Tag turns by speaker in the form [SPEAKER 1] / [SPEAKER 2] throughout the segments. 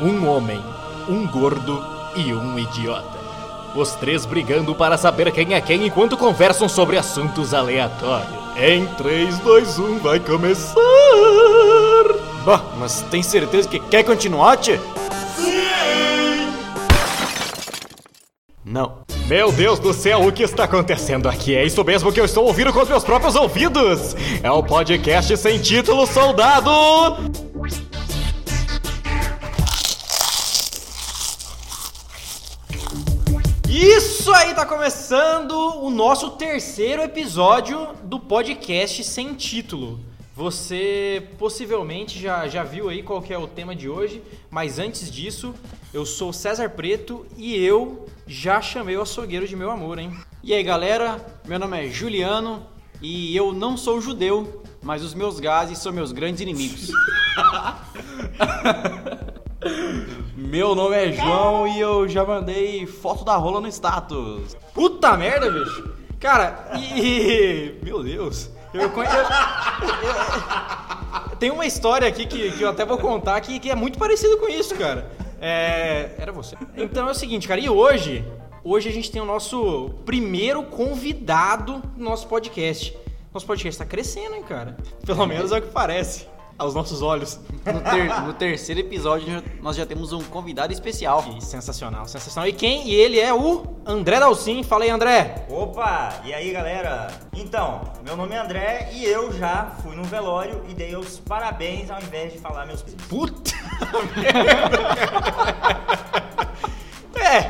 [SPEAKER 1] um homem, um gordo e um idiota. Os três brigando para saber quem é quem enquanto conversam sobre assuntos aleatórios. Em 3, 2, 1, vai começar!
[SPEAKER 2] um, Bah, mas tem certeza que quer continuar, tchê? Não.
[SPEAKER 1] Meu Deus do céu, o que está acontecendo aqui? É isso mesmo que eu estou ouvindo com os meus próprios ouvidos! É o podcast sem título, soldado!
[SPEAKER 2] Isso aí tá começando o nosso terceiro episódio do podcast sem título. Você possivelmente já, já viu aí qual que é o tema de hoje, mas antes disso, eu sou César Preto e eu já chamei o açougueiro de meu amor, hein? E aí galera, meu nome é Juliano e eu não sou judeu, mas os meus gases são meus grandes inimigos.
[SPEAKER 3] Meu nome é João e eu já mandei foto da rola no status.
[SPEAKER 2] Puta merda, bicho! Cara, e. e- Meu Deus! Eu conheço. Tem uma história aqui que, que eu até vou contar que, que é muito parecido com isso, cara. É. Era você. Então é o seguinte, cara, e hoje? Hoje a gente tem o nosso primeiro convidado no nosso podcast. Nosso podcast tá crescendo, hein, cara? Pelo menos é o que parece. Aos nossos olhos.
[SPEAKER 3] No, ter- no terceiro episódio nós já temos um convidado especial.
[SPEAKER 2] E sensacional, sensacional. E quem? E ele é o André Dalcin. Fala aí, André.
[SPEAKER 4] Opa! E aí galera? Então, meu nome é André e eu já fui no velório e dei os parabéns ao invés de falar meus.
[SPEAKER 2] Puta merda!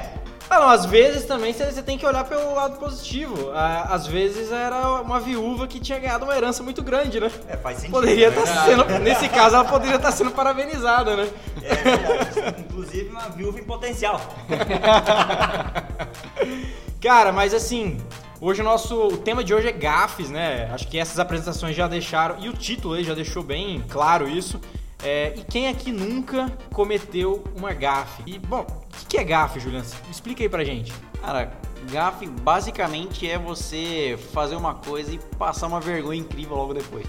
[SPEAKER 2] é! Ah, não, às vezes também você você tem que olhar pelo lado positivo. Ah, Às vezes era uma viúva que tinha ganhado uma herança muito grande, né?
[SPEAKER 4] É, faz sentido.
[SPEAKER 2] Poderia tá
[SPEAKER 4] né?
[SPEAKER 2] estar sendo. Nesse caso, ela poderia estar sendo parabenizada, né?
[SPEAKER 4] É verdade. Inclusive uma viúva em potencial.
[SPEAKER 2] Cara, mas assim, hoje o nosso o tema de hoje é gafes, né? Acho que essas apresentações já deixaram e o título aí já deixou bem claro isso. É, e quem aqui nunca cometeu uma gafe? E bom, o que, que é gafe, Julian? Explica aí pra gente.
[SPEAKER 3] Cara, gafe basicamente é você fazer uma coisa e passar uma vergonha incrível logo depois.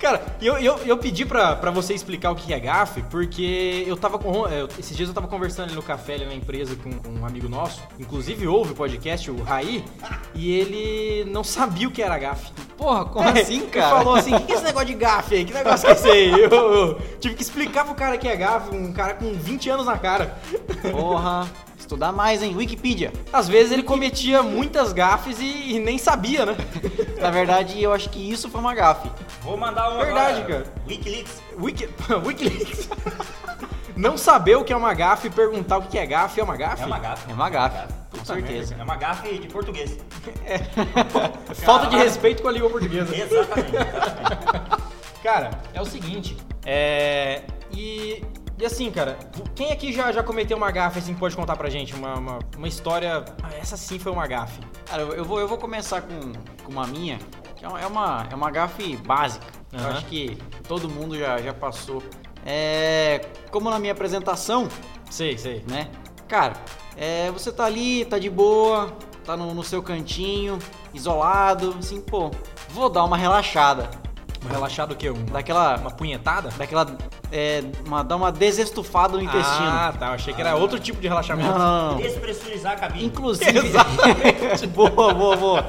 [SPEAKER 2] Cara, eu, eu, eu pedi pra, pra você explicar o que é gafe, porque eu tava com. é, eu- Esses dias eu tava conversando ali no café, ali na empresa, com, com um amigo nosso. Inclusive ouve o podcast, o Raí, e ele não sabia o que era gafe.
[SPEAKER 3] Porra, como assim, cara?
[SPEAKER 2] É, Ele falou assim: o que que é esse negócio de gafe aí? Que negócio que é esse aí? Eu, eu tive que explicar pro cara que é gafe, um cara com 20 anos na cara.
[SPEAKER 3] Porra, estudar mais, hein? Wikipedia.
[SPEAKER 2] Às vezes ele cometia muitas gafes e, e nem sabia, né?
[SPEAKER 3] Na verdade, eu acho que isso foi uma gafe.
[SPEAKER 4] Vou mandar uma.
[SPEAKER 2] Verdade,
[SPEAKER 4] agora.
[SPEAKER 2] cara.
[SPEAKER 4] Wikileaks.
[SPEAKER 2] Wiki... Wikileaks. Não saber o que é uma gafe e perguntar o que é gafe é uma gafe?
[SPEAKER 4] É uma gafe.
[SPEAKER 3] É uma gafe, com
[SPEAKER 2] Puta merda,
[SPEAKER 3] certeza.
[SPEAKER 4] É uma gafe de português.
[SPEAKER 2] Falta de respeito com a língua portuguesa.
[SPEAKER 4] Exatamente. exatamente.
[SPEAKER 2] Cara, é o seguinte. É. E. E assim, cara, quem aqui já, já cometeu uma gafe assim que pode contar pra gente? Uma, uma, uma história. Ah, essa sim foi uma gafe.
[SPEAKER 3] Cara, eu vou, eu vou começar com, com uma minha, que é uma, é uma, é uma gafe básica. Eu
[SPEAKER 2] Aham.
[SPEAKER 3] acho que todo mundo já, já passou. É, como na minha apresentação,
[SPEAKER 2] Sei, sei.
[SPEAKER 3] né? Cara, é, você tá ali, tá de boa, tá no, no seu cantinho, isolado, assim, pô, vou dar uma relaxada.
[SPEAKER 2] Um relaxado o quê? Um,
[SPEAKER 3] Daquela.
[SPEAKER 2] uma punhetada?
[SPEAKER 3] Daquela. É, uma, dar uma desestufada no intestino.
[SPEAKER 2] Ah, tá. Eu achei que era outro tipo de relaxamento.
[SPEAKER 3] não, não, não.
[SPEAKER 4] Despressurizar a cabine.
[SPEAKER 3] Inclusive. boa, boa, boa.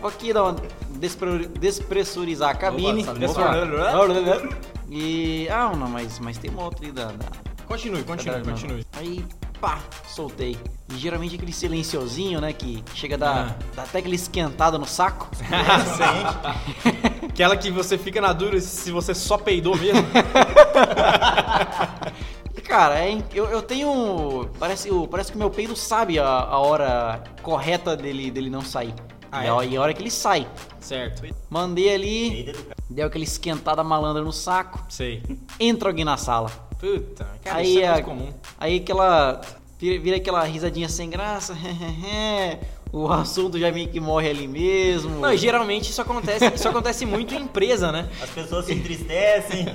[SPEAKER 3] Vou aqui dar uma despre- despressurizar a cabine.
[SPEAKER 2] Opa, é né?
[SPEAKER 3] Opa. E. Ah, não, mas, mas tem uma outra aí da. da-
[SPEAKER 2] Continue, continue,
[SPEAKER 3] da-
[SPEAKER 2] continue.
[SPEAKER 3] Aí, pá, soltei. E geralmente aquele silenciosinho, né? Que chega a dar,
[SPEAKER 2] Ah.
[SPEAKER 3] dar até aquela esquentada no saco.
[SPEAKER 4] né? Exatamente.
[SPEAKER 2] Aquela que você fica na dura se você só peidou mesmo.
[SPEAKER 3] E, Cara, é, in- eu, eu tenho. Parece, o- parece que o meu peido sabe a, a hora correta dele, dele não sair.
[SPEAKER 2] Ah,
[SPEAKER 3] e,
[SPEAKER 2] é?
[SPEAKER 3] a, e a hora que ele sai.
[SPEAKER 2] certo.
[SPEAKER 3] Mandei ali, deu aquela esquentada malandra no saco.
[SPEAKER 2] Sei.
[SPEAKER 3] entra alguém na sala.
[SPEAKER 2] Puta, cara,
[SPEAKER 3] aí
[SPEAKER 2] isso é
[SPEAKER 3] a-
[SPEAKER 2] muito comum.
[SPEAKER 3] Aí aquela. Vira, vira aquela risadinha sem graça. o assunto já meio que morre ali mesmo.
[SPEAKER 2] Não, e geralmente isso acontece, isso acontece muito em empresa, né?
[SPEAKER 4] As pessoas se entristecem.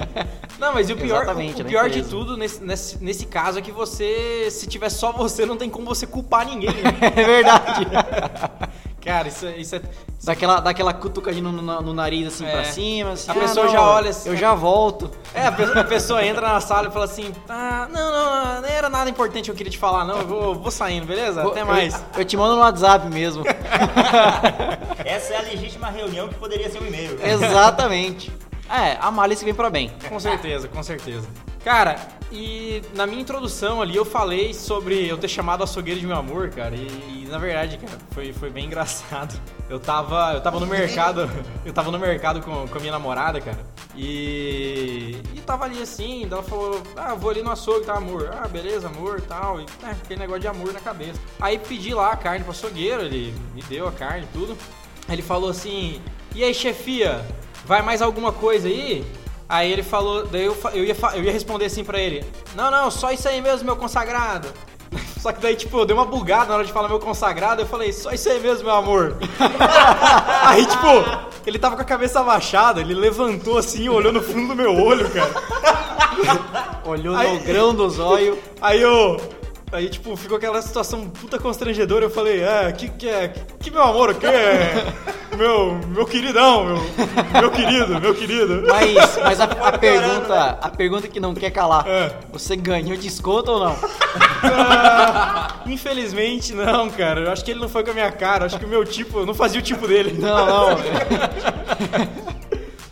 [SPEAKER 2] Não, mas e o pior,
[SPEAKER 3] Exatamente,
[SPEAKER 2] o
[SPEAKER 3] né,
[SPEAKER 2] pior de
[SPEAKER 3] empresa.
[SPEAKER 2] tudo nesse, nesse, nesse caso é que você, se tiver só você, não tem como você culpar ninguém. né?
[SPEAKER 3] é verdade.
[SPEAKER 2] Cara, isso, é- isso é.
[SPEAKER 3] daquela, daquela cutucadinha no, no- no nariz assim
[SPEAKER 2] É.
[SPEAKER 3] pra cima. assim,
[SPEAKER 2] A pessoa já olha assim,
[SPEAKER 3] Eu já volto.
[SPEAKER 2] É, a pessoa, a pessoa entra na sala e fala assim: ah, não, não, não,
[SPEAKER 5] era nada importante que eu queria te falar, não. Eu vou, vou saindo, beleza? Até
[SPEAKER 3] Eu-
[SPEAKER 5] mais.
[SPEAKER 3] Eu, te mando no WhatsApp mesmo.
[SPEAKER 4] Essa é a legítima reunião que poderia ser um e-mail.
[SPEAKER 2] É,
[SPEAKER 3] Exatamente. É, a malícia vem pra bem.
[SPEAKER 5] Com certeza, com certeza. Cara, e na minha introdução ali eu falei sobre eu ter chamado açougueiro de meu amor, cara. E, e, na verdade, cara, foi, foi bem engraçado. Eu tava, eu tava no mercado, eu tava no mercado com, com a minha namorada, cara. E, e tava ali assim, daí ela falou: "Ah, eu vou ali no açougue, tá, amor?". Ah, beleza, amor, tal. E né, aquele negócio de amor na cabeça. Aí pedi lá a carne pro açougueiro, ele me deu a carne e tudo. Aí Ele falou assim: "E aí, chefia, vai mais alguma coisa aí?" Aí ele falou, daí eu, fa- eu, ia, fa- eu ia responder assim pra ele: Não, não, só isso aí mesmo, meu consagrado. Só que daí, tipo, eu dei uma bugada na hora de falar meu consagrado, eu falei, só isso aí mesmo, meu amor. aí, tipo, ele tava com a cabeça abaixada, ele levantou assim, olhou no fundo do meu olho, cara.
[SPEAKER 3] Olhou
[SPEAKER 5] Aí-
[SPEAKER 3] no grão dos olhos.
[SPEAKER 5] Aí eu. Aí, tipo, ficou aquela situação puta constrangedora. Eu falei, é, que que é? Que, que meu amor, o que é? Meu, meu queridão, meu, meu querido, meu querido.
[SPEAKER 3] Mas, mas a, a pergunta, a pergunta que não quer calar,
[SPEAKER 5] É.
[SPEAKER 3] você ganhou desconto ou não?
[SPEAKER 5] Infelizmente não, cara. Eu acho que ele não foi com a minha cara. Eu acho que o meu tipo, eu não fazia o tipo dele.
[SPEAKER 3] Não, não.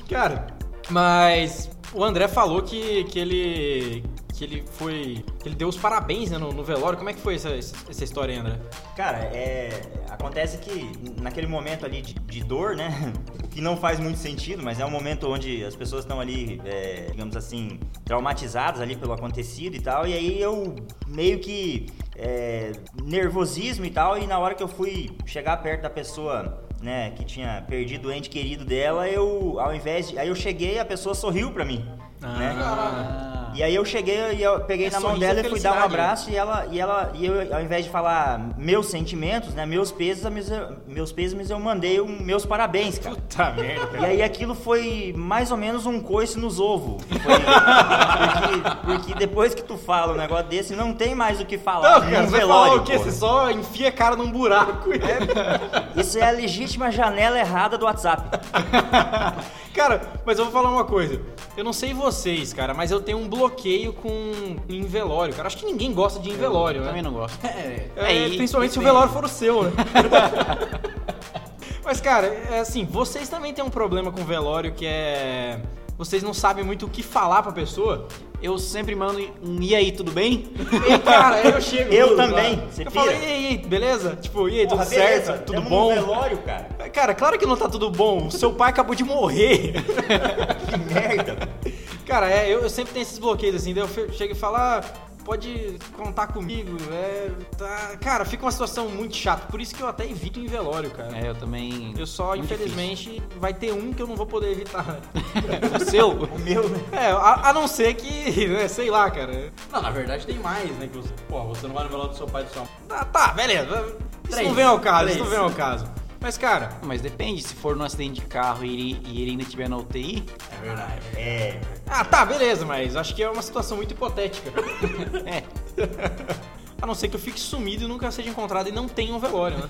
[SPEAKER 5] Cara, mas o André falou que, que ele que ele foi, que ele deu os parabéns né, no, no velório. Como é que foi essa, essa história, aí, André?
[SPEAKER 4] Cara, é. Acontece que naquele momento ali de, de dor, né? Que não faz muito sentido, mas é um momento onde as pessoas estão ali, é, digamos assim, traumatizadas ali pelo acontecido e tal. E aí eu meio que. é, nervosismo e tal, e na hora que eu fui chegar perto da pessoa, né, que tinha perdido o ente querido dela, eu, ao invés de. Aí eu cheguei e a pessoa sorriu pra mim. né?
[SPEAKER 5] Ah.
[SPEAKER 4] E aí eu cheguei e eu peguei
[SPEAKER 5] É
[SPEAKER 4] na mão
[SPEAKER 5] sorriso e
[SPEAKER 4] dela e fui dar um
[SPEAKER 5] felicidade, né?
[SPEAKER 4] abraço e ela e ela e eu ao invés de falar meus sentimentos, né, meus pésames, eu- meus pésames eu mandei um meus parabéns, cara.
[SPEAKER 5] Puta tá merda,
[SPEAKER 4] E aí aquilo foi mais ou menos um coice nos ovos. Foi- porque, porque depois que tu fala um negócio desse, não tem mais o que falar.
[SPEAKER 5] Não, cara,
[SPEAKER 4] num
[SPEAKER 5] você
[SPEAKER 4] velório,
[SPEAKER 5] falou o quê?
[SPEAKER 4] porra.
[SPEAKER 5] Você só enfia a cara num buraco.
[SPEAKER 4] Isso é a legítima janela errada do WhatsApp.
[SPEAKER 5] Cara, mas eu vou falar uma coisa. Eu não sei vocês, cara, mas eu tenho um bloqueio com em velório, cara. Acho que ninguém gosta de ir em velório,
[SPEAKER 3] Eu
[SPEAKER 5] né?
[SPEAKER 3] também não gosto.
[SPEAKER 5] É,
[SPEAKER 3] É, e-
[SPEAKER 5] principalmente se o velório for o seu, né? Mas, cara, é assim, vocês também têm um problema com velório que é. Vocês não sabem muito o que falar pra pessoa.
[SPEAKER 3] Eu sempre mando um e aí, tudo bem?
[SPEAKER 5] E, cara, eu chego.
[SPEAKER 4] Eu
[SPEAKER 5] tudo,
[SPEAKER 4] também,
[SPEAKER 5] cara.
[SPEAKER 4] você
[SPEAKER 5] Eu
[SPEAKER 4] pira?
[SPEAKER 5] falo, e aí, e aí, beleza? Tipo, e aí,
[SPEAKER 4] Porra,
[SPEAKER 5] tudo
[SPEAKER 4] beleza,
[SPEAKER 5] certo? Tudo
[SPEAKER 4] tamo
[SPEAKER 5] bom?
[SPEAKER 4] num velório, cara.
[SPEAKER 5] Cara, claro que não tá tudo bom. O seu pai acabou de morrer.
[SPEAKER 4] Que merda.
[SPEAKER 5] Cara, é, eu, eu sempre tenho esses bloqueios assim, daí eu fe- chego e falo, ah, pode contar comigo, é. tá- Cara, fica uma situação muito chata. Por isso que eu até evito em velório, cara.
[SPEAKER 3] É, eu também.
[SPEAKER 5] Eu só,
[SPEAKER 3] Muito
[SPEAKER 5] infelizmente, vai ter um que eu não vou poder evitar.
[SPEAKER 3] O seu?
[SPEAKER 4] O meu, né?
[SPEAKER 5] é, a, a não ser que, né, sei lá, cara. Não, na verdade tem mais, né? Que você, pô, você não vai no velório do seu pai e do seu Tá, tá, beleza. Isso
[SPEAKER 4] Três.
[SPEAKER 5] não vem ao caso, isso
[SPEAKER 4] Três.
[SPEAKER 5] não vem ao caso. Mas, cara,
[SPEAKER 3] Mas depende, se for num acidente de carro e ele, e ele ainda estiver na UTI,
[SPEAKER 4] É.
[SPEAKER 5] ah, tá, beleza, mas acho que é uma situação muito hipotética.
[SPEAKER 3] é.
[SPEAKER 5] a não ser que eu fique sumido e nunca seja encontrado e não tenha um velório, né?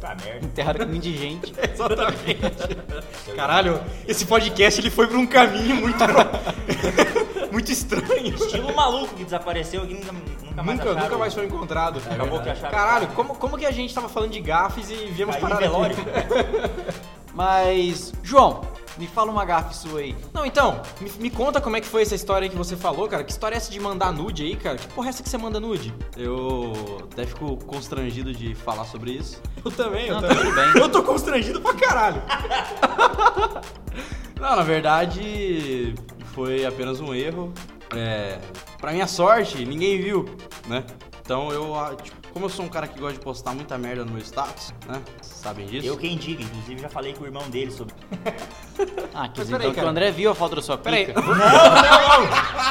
[SPEAKER 4] Tá merda.
[SPEAKER 3] Enterraram com indigente.
[SPEAKER 5] Exatamente. Caralho, esse podcast ele foi pra um caminho muito, pro- muito estranho.
[SPEAKER 4] Estilo maluco que desapareceu e nunca, nunca mais
[SPEAKER 5] Nunca,
[SPEAKER 4] acharam.
[SPEAKER 5] nunca mais foi encontrado.
[SPEAKER 4] Acabou que acharam.
[SPEAKER 5] Caralho, como, como que a gente tava falando de gafes e viemos
[SPEAKER 4] Caiu
[SPEAKER 5] parar
[SPEAKER 4] em velório.
[SPEAKER 5] aqui?
[SPEAKER 3] Mas, João, me fala uma gafe sua aí.
[SPEAKER 5] Não, então, me, me conta como é que foi essa história aí que você falou, cara. Que história é essa de mandar nude aí, cara? Que porra é essa que você manda nude?
[SPEAKER 6] Eu até fico constrangido de falar sobre isso.
[SPEAKER 5] Eu também,
[SPEAKER 3] Não, tá tudo bem.
[SPEAKER 5] Eu tô constrangido pra caralho.
[SPEAKER 6] Não, na verdade, foi apenas um erro. É, pra minha sorte, ninguém viu, né? Então eu, ah, tipo, como eu sou um cara que gosta de postar muita merda no meu status, né? Sabem disso?
[SPEAKER 4] Eu quem diga, inclusive já falei com o irmão dele sobre.
[SPEAKER 3] Ah, quer dizer,
[SPEAKER 5] peraí,
[SPEAKER 3] então que
[SPEAKER 5] cara.
[SPEAKER 3] o André viu a foto da sua
[SPEAKER 5] Peraí.
[SPEAKER 3] pica.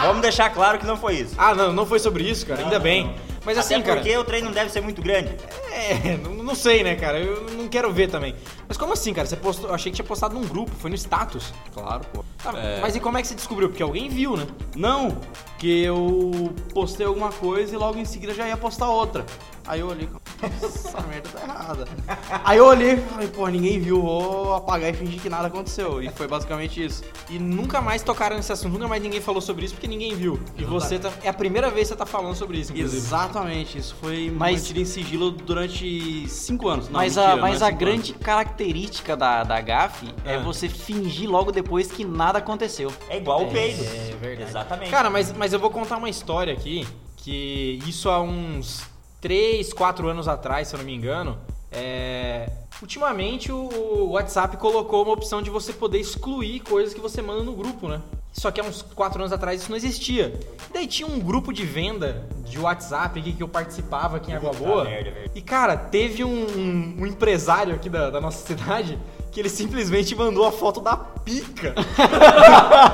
[SPEAKER 4] Vamos deixar claro que não foi isso.
[SPEAKER 5] Ah, não, não foi sobre isso, cara. Ainda bem. Mas
[SPEAKER 4] Até
[SPEAKER 5] assim, cara.
[SPEAKER 4] porque o trem não deve ser muito grande.
[SPEAKER 5] É, não, não sei, né, cara? Eu não quero ver também. Mas como assim, cara? Você postou. Eu achei que tinha postado num grupo, foi no status.
[SPEAKER 6] Claro, pô.
[SPEAKER 5] Tá,
[SPEAKER 6] É.
[SPEAKER 5] Mas e como é que você descobriu? Porque alguém viu, né?
[SPEAKER 6] Não, que eu postei alguma coisa e logo em seguida já ia postar outra. Aí eu olhei, essa merda tá errada. Aí eu olhei e falei, pô, ninguém viu, vou apagar e fingir que nada aconteceu. E foi basicamente isso.
[SPEAKER 5] E nunca mais tocaram nesse assunto, nunca mais ninguém falou sobre isso porque ninguém viu. E você tá. É a primeira vez que você tá falando sobre isso, inclusive.
[SPEAKER 6] Exatamente, isso foi
[SPEAKER 3] Mas-
[SPEAKER 6] mantido em sigilo durante cinco anos. Não,
[SPEAKER 3] mas
[SPEAKER 6] mentira,
[SPEAKER 3] a,
[SPEAKER 6] não é
[SPEAKER 3] mas a
[SPEAKER 6] cinco anos.
[SPEAKER 3] grande característica da, da GAF é.
[SPEAKER 5] Ah.
[SPEAKER 3] você fingir logo depois que nada aconteceu.
[SPEAKER 4] É igual o peido.
[SPEAKER 5] é verdade.
[SPEAKER 4] Exatamente.
[SPEAKER 5] Cara, mas, mas eu vou contar uma história aqui que isso há uns 3, 4 anos atrás, se eu não me engano. É... Ultimamente o WhatsApp colocou uma opção de você poder excluir coisas que você manda no grupo, né? Só que há uns 4 anos atrás isso não existia. E daí tinha um grupo de venda de WhatsApp aqui que eu participava aqui em Água
[SPEAKER 4] Puta
[SPEAKER 5] Boa.
[SPEAKER 4] merda, velho.
[SPEAKER 5] E cara, teve um, um- um empresário aqui da, da nossa cidade que ele simplesmente mandou a foto da pica.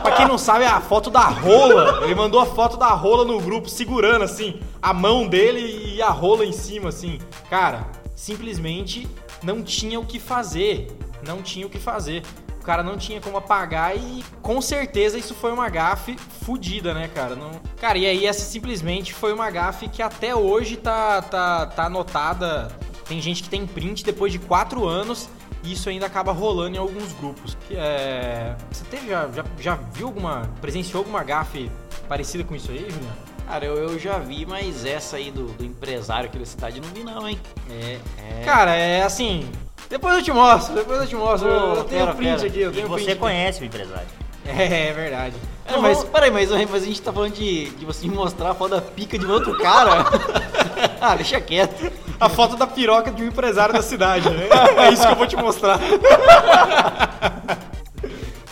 [SPEAKER 5] pra quem não sabe, é a foto da rola. Ele mandou a foto da rola no grupo, segurando assim, a mão dele e a rola em cima, assim. Cara, simplesmente não tinha o que fazer. Não tinha o que fazer. O cara não tinha como apagar e com certeza isso foi uma gafe fudida, né, cara? Não... Cara, e aí essa simplesmente foi uma gafe que até hoje tá, tá, tá anotada. Tem gente que tem print depois de quatro anos e isso ainda acaba rolando em alguns grupos. Que é... Você teve, já, já, já viu alguma, presenciou alguma gafe parecida com isso aí, Juliano?
[SPEAKER 3] Cara, eu, eu já vi, mas essa aí do, do empresário aqui da cidade não vi não, hein? É, é.
[SPEAKER 5] Cara, é assim... Depois eu te mostro, depois eu te mostro.
[SPEAKER 3] Pô,
[SPEAKER 5] eu tenho
[SPEAKER 3] pera,
[SPEAKER 5] o print
[SPEAKER 3] pera.
[SPEAKER 5] aqui, eu
[SPEAKER 4] E
[SPEAKER 5] tenho um o
[SPEAKER 4] você
[SPEAKER 5] print.
[SPEAKER 4] conhece o empresário.
[SPEAKER 5] É, é verdade.
[SPEAKER 3] Não, mas peraí, mas, mas a gente tá falando de, de você mostrar a foda pica de um outro cara. ah, deixa quieto.
[SPEAKER 5] A foto da piroca de um empresário da cidade, né? É isso que eu vou te mostrar.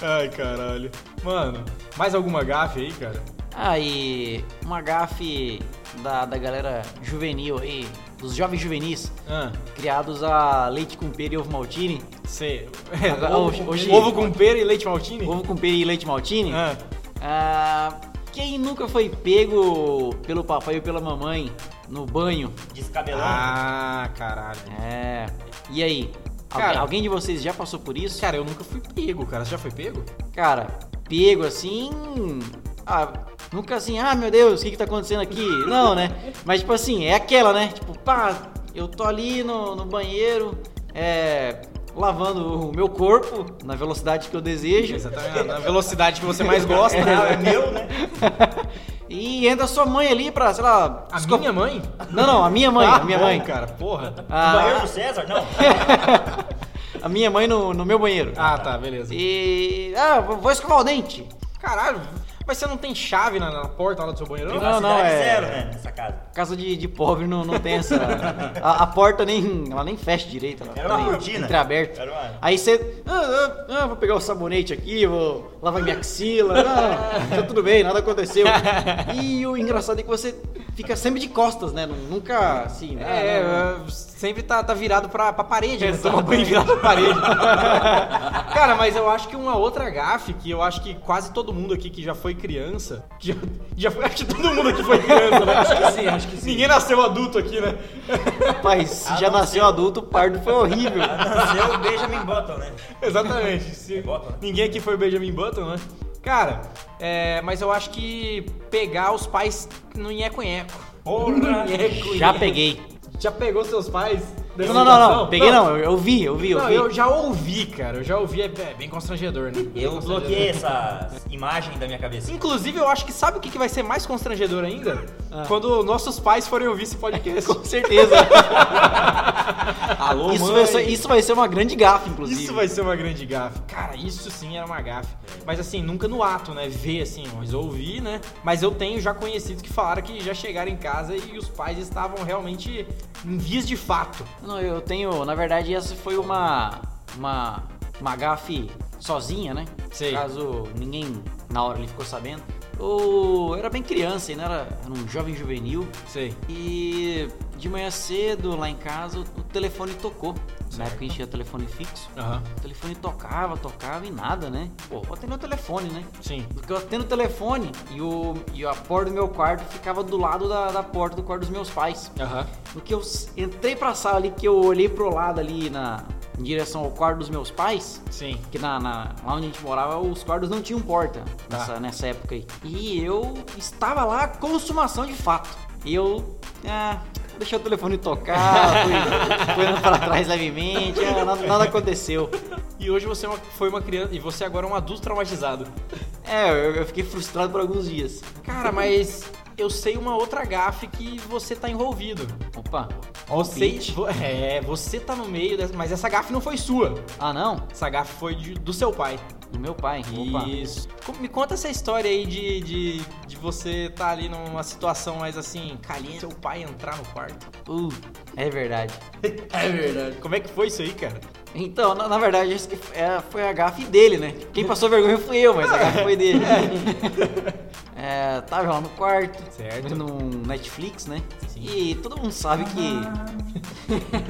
[SPEAKER 5] Ai, caralho. Mano, mais alguma gafe aí, cara?
[SPEAKER 3] Aí, Ah, uma gafe da, da galera juvenil aí, dos jovens juvenis,
[SPEAKER 5] Ah,
[SPEAKER 3] criados a leite com pera e ovo maltine.
[SPEAKER 5] você... Ah,
[SPEAKER 3] Agora, hoje-
[SPEAKER 5] ovo,
[SPEAKER 3] hoje-
[SPEAKER 5] ovo com pera e leite maltine?
[SPEAKER 3] Ovo com pera e leite maltine.
[SPEAKER 5] Ah,
[SPEAKER 3] Ah, quem nunca foi pego pelo papai ou pela mamãe no banho?
[SPEAKER 4] Descabelando.
[SPEAKER 5] ah, caralho.
[SPEAKER 3] É. E aí? Algu-
[SPEAKER 5] Cara.
[SPEAKER 3] alguém de vocês já passou por isso?
[SPEAKER 5] Cara, eu nunca fui pego, cara. Você já foi pego?
[SPEAKER 3] Cara, pego assim. Ah, nunca assim, ah meu Deus, o que, que tá acontecendo aqui? Não, né? Mas tipo assim, é aquela, né? Tipo, pá, eu tô ali no, no banheiro, é. lavando o meu corpo na velocidade que eu desejo.
[SPEAKER 5] Exatamente. Na velocidade que você mais gosta.
[SPEAKER 4] É
[SPEAKER 5] né?
[SPEAKER 4] meu, né?
[SPEAKER 3] e entra sua mãe ali pra, sei lá.
[SPEAKER 5] A
[SPEAKER 3] esco-
[SPEAKER 5] minha mãe?
[SPEAKER 3] Não, não, a minha mãe,
[SPEAKER 5] Ah,
[SPEAKER 3] a minha
[SPEAKER 5] bom,
[SPEAKER 3] mãe.
[SPEAKER 5] cara, porra.
[SPEAKER 4] O banheiro
[SPEAKER 3] Ah,
[SPEAKER 4] do César? Não.
[SPEAKER 3] a minha mãe no, no meu banheiro.
[SPEAKER 5] Ah, tá, beleza.
[SPEAKER 3] E. Ah, vou vou escovar o dente.
[SPEAKER 5] Caralho, mas você não tem chave na, na porta lá do seu banheiro? não?
[SPEAKER 3] Não, não,
[SPEAKER 4] Cidade
[SPEAKER 3] é-
[SPEAKER 4] zero, né? Nessa casa.
[SPEAKER 3] Casa de, de pobre não, não tem essa. A, a porta nem. Ela nem fecha direito. Ela
[SPEAKER 4] Era
[SPEAKER 3] tá
[SPEAKER 4] uma
[SPEAKER 3] meio
[SPEAKER 4] cortina.
[SPEAKER 3] Entreaberta.
[SPEAKER 4] Era uma-
[SPEAKER 3] Aí você. Ah, ah, ah, vou pegar o sabonete aqui, vou lavar minha axila. Ah, tá tudo bem, nada aconteceu. E o engraçado é que você fica sempre de costas, né? Nunca assim. ah,
[SPEAKER 5] É,
[SPEAKER 3] não, não.
[SPEAKER 5] é, sempre tá, tá virado pra, pra parede, né? Toma banho virado pra parede. Cara, mas eu acho que uma outra gafe que eu acho que quase todo mundo aqui que já foi criança. que Já, já foi, acho que todo mundo aqui foi criança, né? Acho que sim, acho que sim. Ninguém nasceu adulto aqui, né?
[SPEAKER 3] Rapaz, se já nasceu adulto, o pardo foi horrível.
[SPEAKER 4] Nasceu o Benjamin Button, né?
[SPEAKER 5] Exatamente. Se-
[SPEAKER 4] Button, né?
[SPEAKER 5] ninguém aqui foi Benjamin Button, né? Cara, é, mas eu acho que pegar os pais é no nheco-nheco.
[SPEAKER 4] Porra.
[SPEAKER 5] Nheco-nheco.
[SPEAKER 3] Já peguei.
[SPEAKER 5] é Já pegou seus pais? dessa
[SPEAKER 3] Não, não, não,
[SPEAKER 5] situação?
[SPEAKER 3] não. Peguei não, eu, eu vi, eu vi, eu
[SPEAKER 5] Não,
[SPEAKER 3] vi.
[SPEAKER 5] eu já ouvi, cara. Eu já ouvi, é é bem constrangedor, né? Bem
[SPEAKER 4] Eu
[SPEAKER 5] constrangedor.
[SPEAKER 4] bloqueei essa imagem da minha cabeça.
[SPEAKER 5] Inclusive, eu acho que sabe o que que vai ser mais constrangedor ainda? Quando nossos pais forem ouvir esse podcast.
[SPEAKER 3] Ah. Com certeza.
[SPEAKER 5] Alô,
[SPEAKER 3] isso,
[SPEAKER 5] mãe.
[SPEAKER 3] vai ser, isso vai ser uma grande gafa, inclusive.
[SPEAKER 5] Isso vai ser uma grande gafe. Cara, isso sim era uma gafe. Mas assim, nunca no ato, né? Ver assim, mas ouvir, né? Mas eu tenho já conhecidos que falaram que já chegaram em casa e os pais estavam realmente em vias de fato.
[SPEAKER 3] Não, eu tenho, na verdade, essa foi uma uma uma gafe sozinha, né?
[SPEAKER 5] Sei.
[SPEAKER 3] Caso ninguém na hora ele ficou sabendo. Eu era bem criança, ainda era, era um jovem juvenil.
[SPEAKER 5] Sei.
[SPEAKER 3] E de manhã cedo, lá em casa, o telefone tocou. Na época a gente tinha telefone fixo.
[SPEAKER 5] Aham.
[SPEAKER 3] O telefone tocava, tocava e nada, né? Pô, vou atender o telefone, né?
[SPEAKER 5] Sim.
[SPEAKER 3] Porque eu atendo o telefone e, o, e a porta do meu quarto ficava do lado da, da porta do quarto dos meus pais.
[SPEAKER 5] Aham.
[SPEAKER 3] No que eu s- entrei pra sala ali, que eu olhei pro lado ali na, em direção ao quarto dos meus pais,
[SPEAKER 5] Sim.
[SPEAKER 3] que na, na- lá onde a gente morava, os quartos não tinham porta nessa, nessa época aí. E eu estava lá, consumação de fato. E eu. Ah, deixei o telefone tocar, fui, fui andando pra trás levemente, ah, nada, nada aconteceu.
[SPEAKER 5] E hoje você é uma- foi uma criança e você agora é um adulto traumatizado.
[SPEAKER 3] É, eu, eu fiquei frustrado por alguns dias.
[SPEAKER 5] Cara, mas eu sei uma outra gafe que você tá envolvido.
[SPEAKER 3] Opa,
[SPEAKER 5] Você, vo- é, você tá no meio, dessa, mas essa gafe não foi sua.
[SPEAKER 3] ah não?
[SPEAKER 5] Essa gafe foi de- do seu pai.
[SPEAKER 3] Do meu pai, opa.
[SPEAKER 5] Isso. Co- Me conta essa história aí de, de, de você tá ali numa situação mais assim, caliente, seu pai entrar no quarto.
[SPEAKER 3] Uh, é verdade.
[SPEAKER 5] É verdade. Como é que foi isso aí, cara?
[SPEAKER 3] Então, na, na verdade, isso que f- é, foi a gafe dele, né? Quem passou vergonha fui eu, mas a gafe foi dele. É, tava lá no quarto,
[SPEAKER 5] Certo.
[SPEAKER 3] vendo um Netflix, né? E todo mundo sabe que. Ah.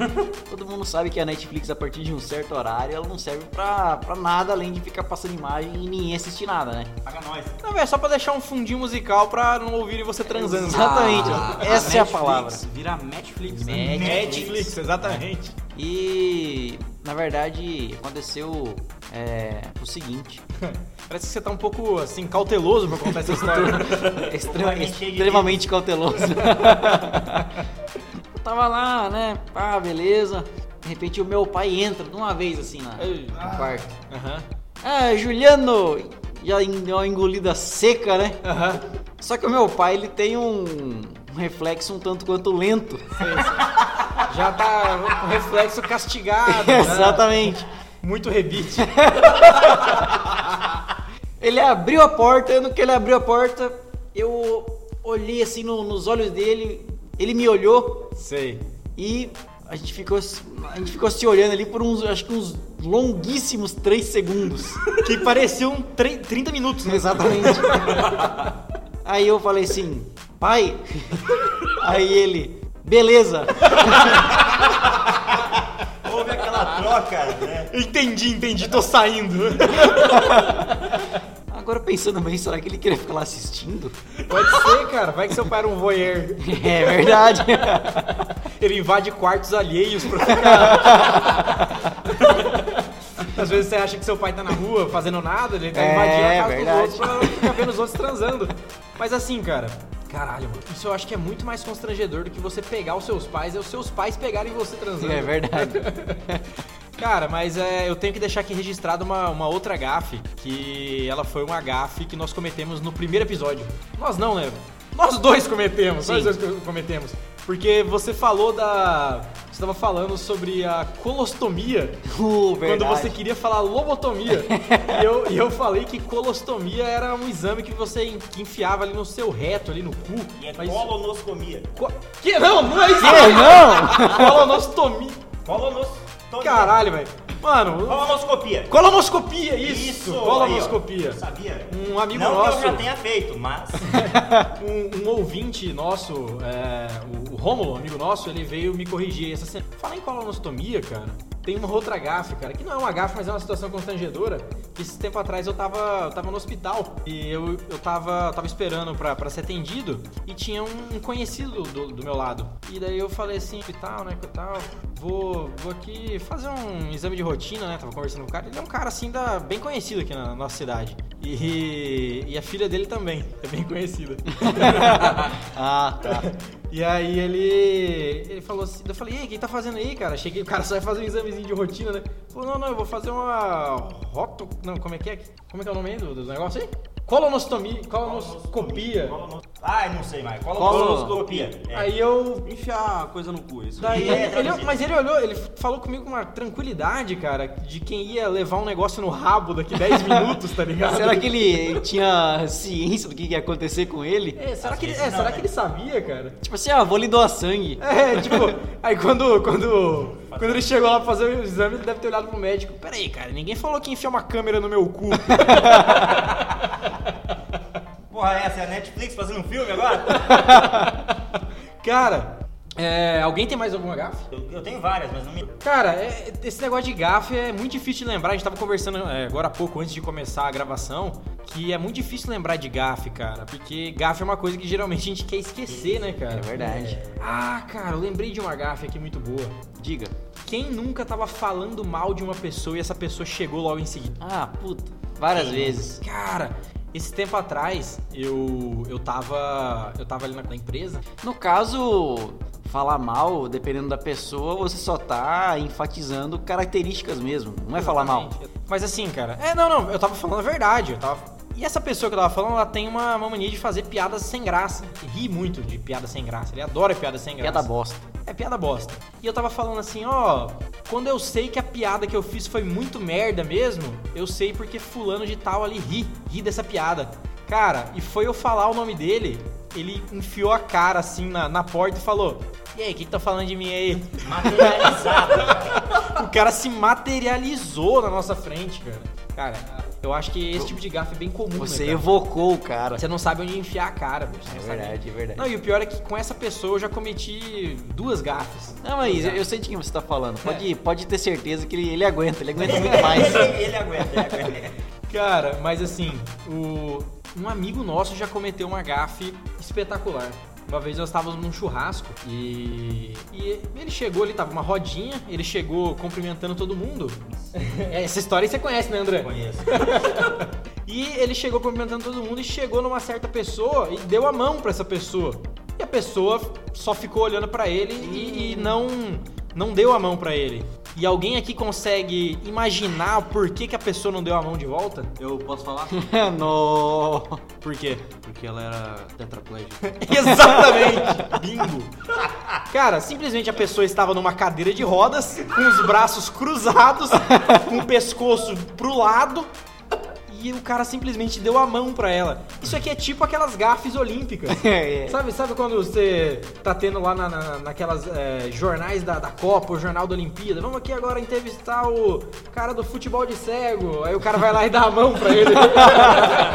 [SPEAKER 3] todo mundo sabe que a Netflix, a partir de um certo horário, ela não serve pra, pra nada além de ficar passando imagem e ninguém assistir nada, né?
[SPEAKER 4] Paga nós.
[SPEAKER 5] Não, é só pra deixar um fundinho musical pra não ouvirem você transando.
[SPEAKER 3] Exatamente, essa é a
[SPEAKER 6] Netflix
[SPEAKER 3] palavra.
[SPEAKER 6] Vira Netflix, né?
[SPEAKER 3] Net-
[SPEAKER 5] Netflix, exatamente.
[SPEAKER 3] E na verdade aconteceu é, o seguinte.
[SPEAKER 5] Parece que você tá um pouco, assim, cauteloso pra contar essa história.
[SPEAKER 3] Extrema-
[SPEAKER 4] Completamente cheio de
[SPEAKER 3] extremamente cauteloso. eu tava lá, né? Pá, beleza. De repente o meu pai entra de uma vez assim na, no quarto.
[SPEAKER 5] Aham.
[SPEAKER 3] Ah, Juliano! Já en- deu uma engolida seca, né?
[SPEAKER 5] Aham.
[SPEAKER 3] Só que o meu pai ele tem um, um reflexo um tanto quanto lento.
[SPEAKER 5] Já tá com reflexo castigado. né?
[SPEAKER 3] Exatamente.
[SPEAKER 5] Muito rebite.
[SPEAKER 3] Ele abriu a porta, no que ele abriu a porta, eu olhei assim no- nos olhos dele, ele me olhou
[SPEAKER 5] Sei.
[SPEAKER 3] e a gente ficou se- a gente ficou se olhando ali por uns acho que uns longuíssimos três segundos.
[SPEAKER 5] Que pareceu um tre- 30 minutos, né?
[SPEAKER 3] Exatamente. Aí eu falei assim: "Pai". Aí ele: "Beleza".
[SPEAKER 4] Houve aquela troca, né?
[SPEAKER 5] Entendi, entendi, tô saindo.
[SPEAKER 3] Agora pensando bem, será que ele queria ficar lá assistindo?
[SPEAKER 5] Pode ser, cara. Vai que seu pai era um voyeur.
[SPEAKER 3] É verdade.
[SPEAKER 5] Ele invade quartos alheios pra ficar. Às vezes você acha que seu pai tá na rua fazendo nada, ele tá
[SPEAKER 3] É,
[SPEAKER 5] invadindo a casa
[SPEAKER 3] verdade.
[SPEAKER 5] dos outros pra ficar vendo os outros transando. Mas assim, cara, caralho, mano, isso eu acho que é muito mais constrangedor do que você pegar os seus pais, é os seus pais pegarem você transando.
[SPEAKER 3] É verdade.
[SPEAKER 5] Cara, mas é, eu tenho que deixar aqui registrado uma, uma outra gafe, que ela foi uma gafe que nós cometemos no primeiro episódio. Nós não, né? Nós dois cometemos, nós dois co- cometemos. Porque você falou da... Você estava falando sobre a colostomia,
[SPEAKER 3] Uh, verdade.
[SPEAKER 5] quando você queria falar lobotomia. e, eu, e eu falei que colostomia era um exame que você en- que enfiava ali no seu reto, ali no cu.
[SPEAKER 4] E é
[SPEAKER 5] mas-
[SPEAKER 4] colonoscomia.
[SPEAKER 5] Co- Que? Não, não é isso!
[SPEAKER 3] não.
[SPEAKER 5] Colonostomia.
[SPEAKER 4] Colonostomia.
[SPEAKER 5] Caralho, velho. Mano,
[SPEAKER 4] Colonoscopia.
[SPEAKER 5] Colonoscopia, isso!
[SPEAKER 4] aí,
[SPEAKER 5] colonoscopia.
[SPEAKER 4] ó. Sabia?
[SPEAKER 5] Um amigo
[SPEAKER 4] Não
[SPEAKER 5] nosso,
[SPEAKER 4] que eu já tenha feito, mas...
[SPEAKER 5] um, um ouvinte nosso, é, o, o Rômulo, amigo nosso, ele veio me corrigir essa semana. Falar em colonostomia, cara, tem uma outra gafe, cara, que não é uma gafe, mas é uma situação constrangedora. Que esse tempo atrás eu tava, eu tava no hospital e eu, eu tava, eu tava esperando pra, pra ser atendido e tinha um conhecido do, do meu lado. E daí eu falei assim, hospital, né, que tal, vou, vou aqui fazer um exame de rotina, né, tava conversando com o cara. Ele é um cara, assim, da, bem conhecido aqui na nossa cidade. E, e a filha dele também, é bem conhecida.
[SPEAKER 3] Ah, tá.
[SPEAKER 5] E aí ele. Ele falou assim. Eu falei, ei, quem tá fazendo aí, cara? Achei que o cara só ia fazer um examezinho de rotina, né? Falou, não, não, eu vou fazer uma. Roto. Não, como é que é? Como é que é o nome aí do, do negócio aí? Colonostomia. Colonoscopia.
[SPEAKER 4] Ai, não sei mais.
[SPEAKER 3] Colonoscopia.
[SPEAKER 4] Colonoscopia.
[SPEAKER 5] Aí eu.
[SPEAKER 6] Enfiar coisa no cu, isso.
[SPEAKER 5] Daí,
[SPEAKER 4] É,
[SPEAKER 5] ele-
[SPEAKER 3] né?
[SPEAKER 4] traduzido.
[SPEAKER 5] ele- mas ele olhou, ele falou comigo com uma tranquilidade, cara, de quem ia levar um negócio no rabo daqui 10 minutos, tá ligado?
[SPEAKER 3] Será que ele tinha ciência do que ia acontecer com ele?
[SPEAKER 5] É, será que ele,
[SPEAKER 4] Às
[SPEAKER 5] é,
[SPEAKER 4] vezes
[SPEAKER 5] será
[SPEAKER 4] não,
[SPEAKER 5] que ele sabia, cara?
[SPEAKER 3] Tipo assim, ah, vou lhe doar sangue.
[SPEAKER 5] É, tipo, aí quando, quando, quando ele chegou lá pra fazer o exame, ele deve ter olhado pro médico. Peraí, cara, ninguém falou que enfia uma câmera no meu cu.
[SPEAKER 4] Pô, porra é essa? É a Netflix fazendo um filme agora?
[SPEAKER 5] Cara, é, alguém tem mais alguma gafe?
[SPEAKER 4] eu, eu tenho várias, mas não me.
[SPEAKER 5] Cara, é- esse negócio de gafe é muito difícil de lembrar. A gente tava conversando é, agora há pouco, antes de começar a gravação, que é muito difícil lembrar de gafe, cara. Porque gafe é uma coisa que geralmente a gente quer esquecer, né, cara?
[SPEAKER 3] É verdade.
[SPEAKER 5] Ah, cara, eu lembrei de uma gafe aqui muito boa.
[SPEAKER 3] Diga.
[SPEAKER 5] Quem nunca tava falando mal de uma pessoa e essa pessoa chegou logo em seguida?
[SPEAKER 3] Ah, puta. Várias vezes.
[SPEAKER 5] Cara, esse tempo atrás eu eu tava eu tava ali na, na empresa.
[SPEAKER 3] No caso, falar mal, dependendo da pessoa, você só tá enfatizando características mesmo. Não é falar mal.
[SPEAKER 5] Mas assim, cara, é não, não, eu tava falando a verdade, eu tava e essa pessoa que eu tava falando, ela tem uma, uma mania de fazer piadas sem graça. Ri muito de piada sem graça. Ele adora piada sem graça.
[SPEAKER 3] Piada bosta.
[SPEAKER 5] É piada bosta. E eu tava falando assim, ó, quando eu sei que a piada que eu fiz foi muito merda mesmo, eu sei porque fulano de tal ali ri, ri dessa piada. Cara, e foi eu falar o nome dele, ele enfiou a cara assim na, na porta e falou: E aí, o que que tá falando de mim aí?
[SPEAKER 4] Materializado.
[SPEAKER 5] o cara se materializou na nossa frente, cara. Cara, eu acho que esse tipo de gafe é bem comum,
[SPEAKER 3] Você
[SPEAKER 5] né, cara?
[SPEAKER 3] evocou o cara.
[SPEAKER 5] Você não sabe onde enfiar a cara, bicho. Você
[SPEAKER 3] É
[SPEAKER 5] não sabe
[SPEAKER 3] verdade, é verdade.
[SPEAKER 5] Não, e o pior é que com essa pessoa eu já cometi duas gafes.
[SPEAKER 3] Não, mas eu, eu sei de quem você tá falando. Pode, pode ter certeza que ele, ele aguenta, ele aguenta muito mais.
[SPEAKER 4] ele, ele aguenta, ele aguenta.
[SPEAKER 5] Cara, mas assim, o- um amigo nosso já cometeu uma gafe espetacular. Uma vez nós estávamos num churrasco e, e ele chegou ali, tava uma rodinha, ele chegou cumprimentando todo mundo. Essa história aí você conhece, né, André?
[SPEAKER 4] Conheço.
[SPEAKER 5] E ele chegou cumprimentando todo mundo e chegou numa certa pessoa e deu a mão pra essa pessoa. E a pessoa só ficou olhando pra ele e, e não não deu a mão pra ele. E alguém aqui consegue imaginar por que, que a pessoa não deu a mão de volta?
[SPEAKER 6] Eu posso falar?
[SPEAKER 3] no...
[SPEAKER 5] Por quê?
[SPEAKER 6] Porque ela era tetraplégica.
[SPEAKER 5] Exatamente! Bingo! Cara, simplesmente a pessoa estava numa cadeira de rodas, com os braços cruzados, com o pescoço pro lado, e o cara simplesmente deu a mão pra ela. Isso aqui é tipo aquelas gafes olímpicas.
[SPEAKER 3] É, é.
[SPEAKER 5] Sabe, sabe quando você tá tendo lá na, na- naquelas é, jornais da, da Copa, o jornal da Olimpíada? Vamos aqui agora entrevistar o cara do futebol de cego. Aí o cara vai lá e dá a mão pra ele.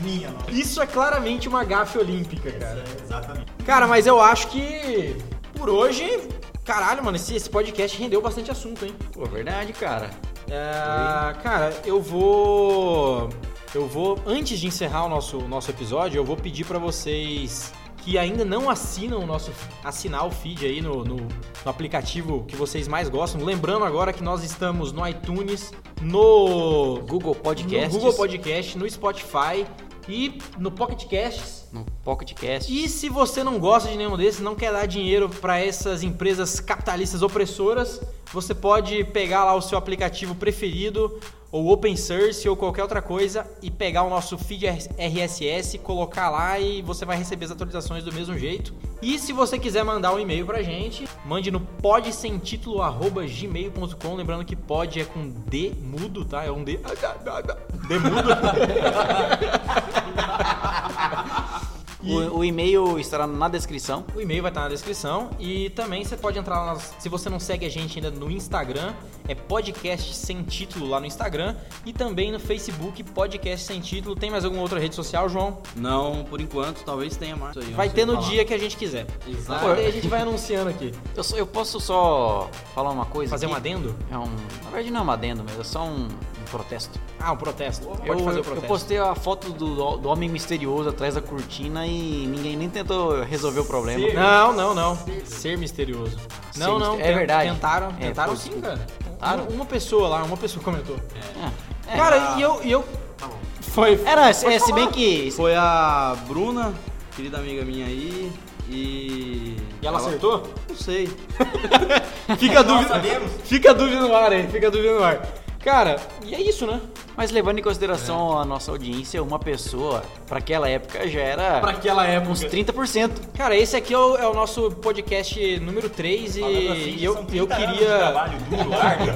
[SPEAKER 4] Minha, não.
[SPEAKER 5] Isso é claramente uma gafe olímpica, cara.
[SPEAKER 4] Exatamente.
[SPEAKER 5] Cara, mas eu acho que por hoje, caralho, mano, esse, esse podcast rendeu bastante assunto, hein?
[SPEAKER 3] Pô, verdade, cara.
[SPEAKER 5] É, cara, eu vou. Eu vou, antes de encerrar o nosso, o nosso episódio, eu vou pedir pra vocês que ainda não assinam o nosso. assinar o feed aí no, no, no aplicativo que vocês mais gostam. Lembrando agora que nós estamos no iTunes, no.
[SPEAKER 3] Google Podcasts.
[SPEAKER 5] No Google Podcast, no Spotify e no Pocket Casts.
[SPEAKER 3] No Pocket Cast.
[SPEAKER 5] E se você não gosta de nenhum desses, não quer dar dinheiro para essas empresas capitalistas opressoras, você pode pegar lá o seu aplicativo preferido, ou open source, ou qualquer outra coisa, e pegar o nosso feed RSS, colocar lá e você vai receber as atualizações do mesmo jeito. E se você quiser mandar um e-mail pra gente, mande no podsemtítulo.gmail.com, lembrando que pod é com D mudo, tá? É um D... D mudo.
[SPEAKER 3] O, o e-mail estará na descrição.
[SPEAKER 5] O e-mail vai estar na descrição e também você pode entrar lá, nas- se você não segue a gente ainda no Instagram, é podcast sem título lá no Instagram e também no Facebook podcast sem título. Tem mais alguma outra rede social, João?
[SPEAKER 6] Não, por enquanto, talvez tenha mais. Isso aí, eu
[SPEAKER 5] Vai
[SPEAKER 6] não
[SPEAKER 5] ter
[SPEAKER 6] sei
[SPEAKER 5] no
[SPEAKER 6] falar.
[SPEAKER 5] dia que a gente quiser.
[SPEAKER 6] Exato.
[SPEAKER 5] Pô, aí a gente vai anunciando aqui.
[SPEAKER 3] Eu, só- eu posso só falar uma coisa?
[SPEAKER 5] Fazer um
[SPEAKER 3] aqui?
[SPEAKER 5] adendo?
[SPEAKER 3] É um. Na verdade não é um adendo, mas é só um, um protesto.
[SPEAKER 5] Ah, um protesto. Pode
[SPEAKER 3] eu,
[SPEAKER 5] fazer o
[SPEAKER 3] eu
[SPEAKER 5] protesto.
[SPEAKER 3] postei a foto do, do homem misterioso atrás da cortina e ninguém nem tentou resolver o problema.
[SPEAKER 5] Não, não, não. Ser misterioso.
[SPEAKER 3] Ser
[SPEAKER 5] não, não.
[SPEAKER 3] mister- é
[SPEAKER 5] ten-
[SPEAKER 3] verdade.
[SPEAKER 5] Tentaram,
[SPEAKER 3] É,
[SPEAKER 5] tentaram
[SPEAKER 3] pô,
[SPEAKER 5] sim, cara.
[SPEAKER 3] Tentaram?
[SPEAKER 5] Uma, uma pessoa lá, uma pessoa comentou.
[SPEAKER 3] É, é.
[SPEAKER 5] Cara, e eu... E eu... Foi...
[SPEAKER 3] É, não, é, se- é, se
[SPEAKER 5] falar.
[SPEAKER 3] bem que.
[SPEAKER 6] Foi a Bruna, querida amiga minha aí, e.
[SPEAKER 5] E ela acertou?
[SPEAKER 6] Não sei.
[SPEAKER 5] Fica a
[SPEAKER 4] Nós
[SPEAKER 5] dúvida.
[SPEAKER 4] sabemos.
[SPEAKER 5] Fica a dúvida no ar, hein? Fica a dúvida no ar. Cara, e é isso, né?
[SPEAKER 3] Mas levando em
[SPEAKER 5] É.
[SPEAKER 3] consideração a nossa audiência, uma pessoa, pra aquela época, já era
[SPEAKER 5] aquela época.
[SPEAKER 3] uns 30%.
[SPEAKER 5] Cara, esse aqui é o, é o nosso podcast número 3 e,
[SPEAKER 4] Falando assim,
[SPEAKER 5] e eu,
[SPEAKER 4] são
[SPEAKER 5] eu
[SPEAKER 4] 30 anos de
[SPEAKER 5] queria.
[SPEAKER 4] Trabalho duro, árduo.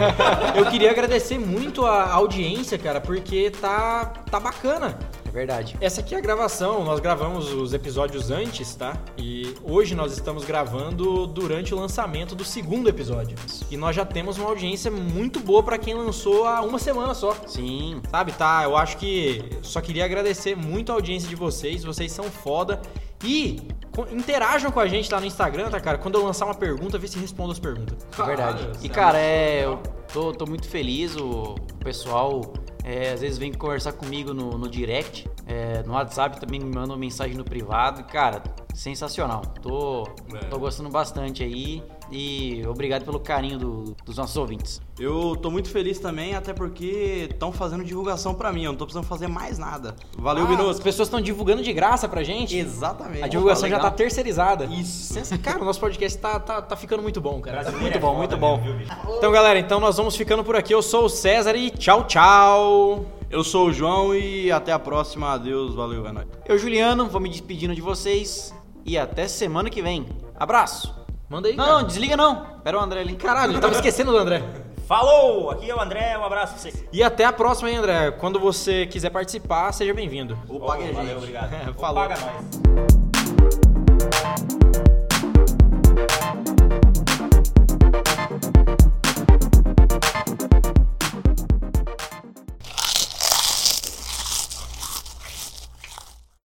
[SPEAKER 5] Eu queria agradecer muito a audiência, cara, porque tá, tá bacana.
[SPEAKER 3] É verdade.
[SPEAKER 5] Essa aqui é a gravação, nós gravamos os episódios antes, tá? E hoje nós estamos gravando durante o lançamento do segundo episódio. E nós já temos uma audiência muito boa pra quem lançou há uma semana só.
[SPEAKER 3] Sim.
[SPEAKER 5] Sabe, tá? Eu acho que só queria agradecer muito a audiência de vocês, vocês são foda. E co- interajam com a gente lá no Instagram, tá, cara? Quando eu lançar uma pergunta, vê se respondo as perguntas.
[SPEAKER 3] É verdade. E cara, é, eu tô, tô muito feliz, o pessoal é, às vezes vem conversar comigo no, no direct, é, no WhatsApp também me mandam mensagem no privado, cara, sensacional. Tô,
[SPEAKER 6] É.
[SPEAKER 3] tô gostando bastante aí e obrigado pelo carinho do- dos nossos ouvintes.
[SPEAKER 6] Eu tô muito feliz também, até porque estão fazendo divulgação pra mim, eu não tô precisando fazer mais nada. Valeu,
[SPEAKER 5] Ah,
[SPEAKER 6] Binotto.
[SPEAKER 5] As pessoas estão divulgando de graça pra gente.
[SPEAKER 6] Exatamente.
[SPEAKER 5] A divulgação
[SPEAKER 6] Opa,
[SPEAKER 5] já tá
[SPEAKER 6] legal.
[SPEAKER 5] terceirizada.
[SPEAKER 6] Isso.
[SPEAKER 5] Sensa- Cara, o nosso podcast tá, tá, tá ficando muito bom, cara. Tá
[SPEAKER 4] Brasileiro
[SPEAKER 5] muito
[SPEAKER 4] é
[SPEAKER 5] bom,
[SPEAKER 4] foda
[SPEAKER 5] muito
[SPEAKER 4] mesmo,
[SPEAKER 5] bom.
[SPEAKER 4] viu, bicho?
[SPEAKER 5] Então, galera, então nós vamos ficando por aqui. Eu sou o César e tchau, tchau.
[SPEAKER 6] Eu sou o João e até a próxima. Adeus, valeu, é nóis.
[SPEAKER 3] Eu, Juliano, vou me despedindo de vocês e até semana que vem. Abraço!
[SPEAKER 5] Manda aí,
[SPEAKER 3] Não,
[SPEAKER 5] cara.
[SPEAKER 3] não, desliga não. Era o André ali.
[SPEAKER 5] Caralho, tá eu tava esquecendo do André.
[SPEAKER 4] Falou! Aqui é o André, um abraço pra vocês.
[SPEAKER 5] E até a próxima, hein, André. Quando você quiser participar, seja bem-vindo.
[SPEAKER 6] Ou pague a gente.
[SPEAKER 4] Valeu, obrigado.
[SPEAKER 5] Falou.
[SPEAKER 4] Paga nós.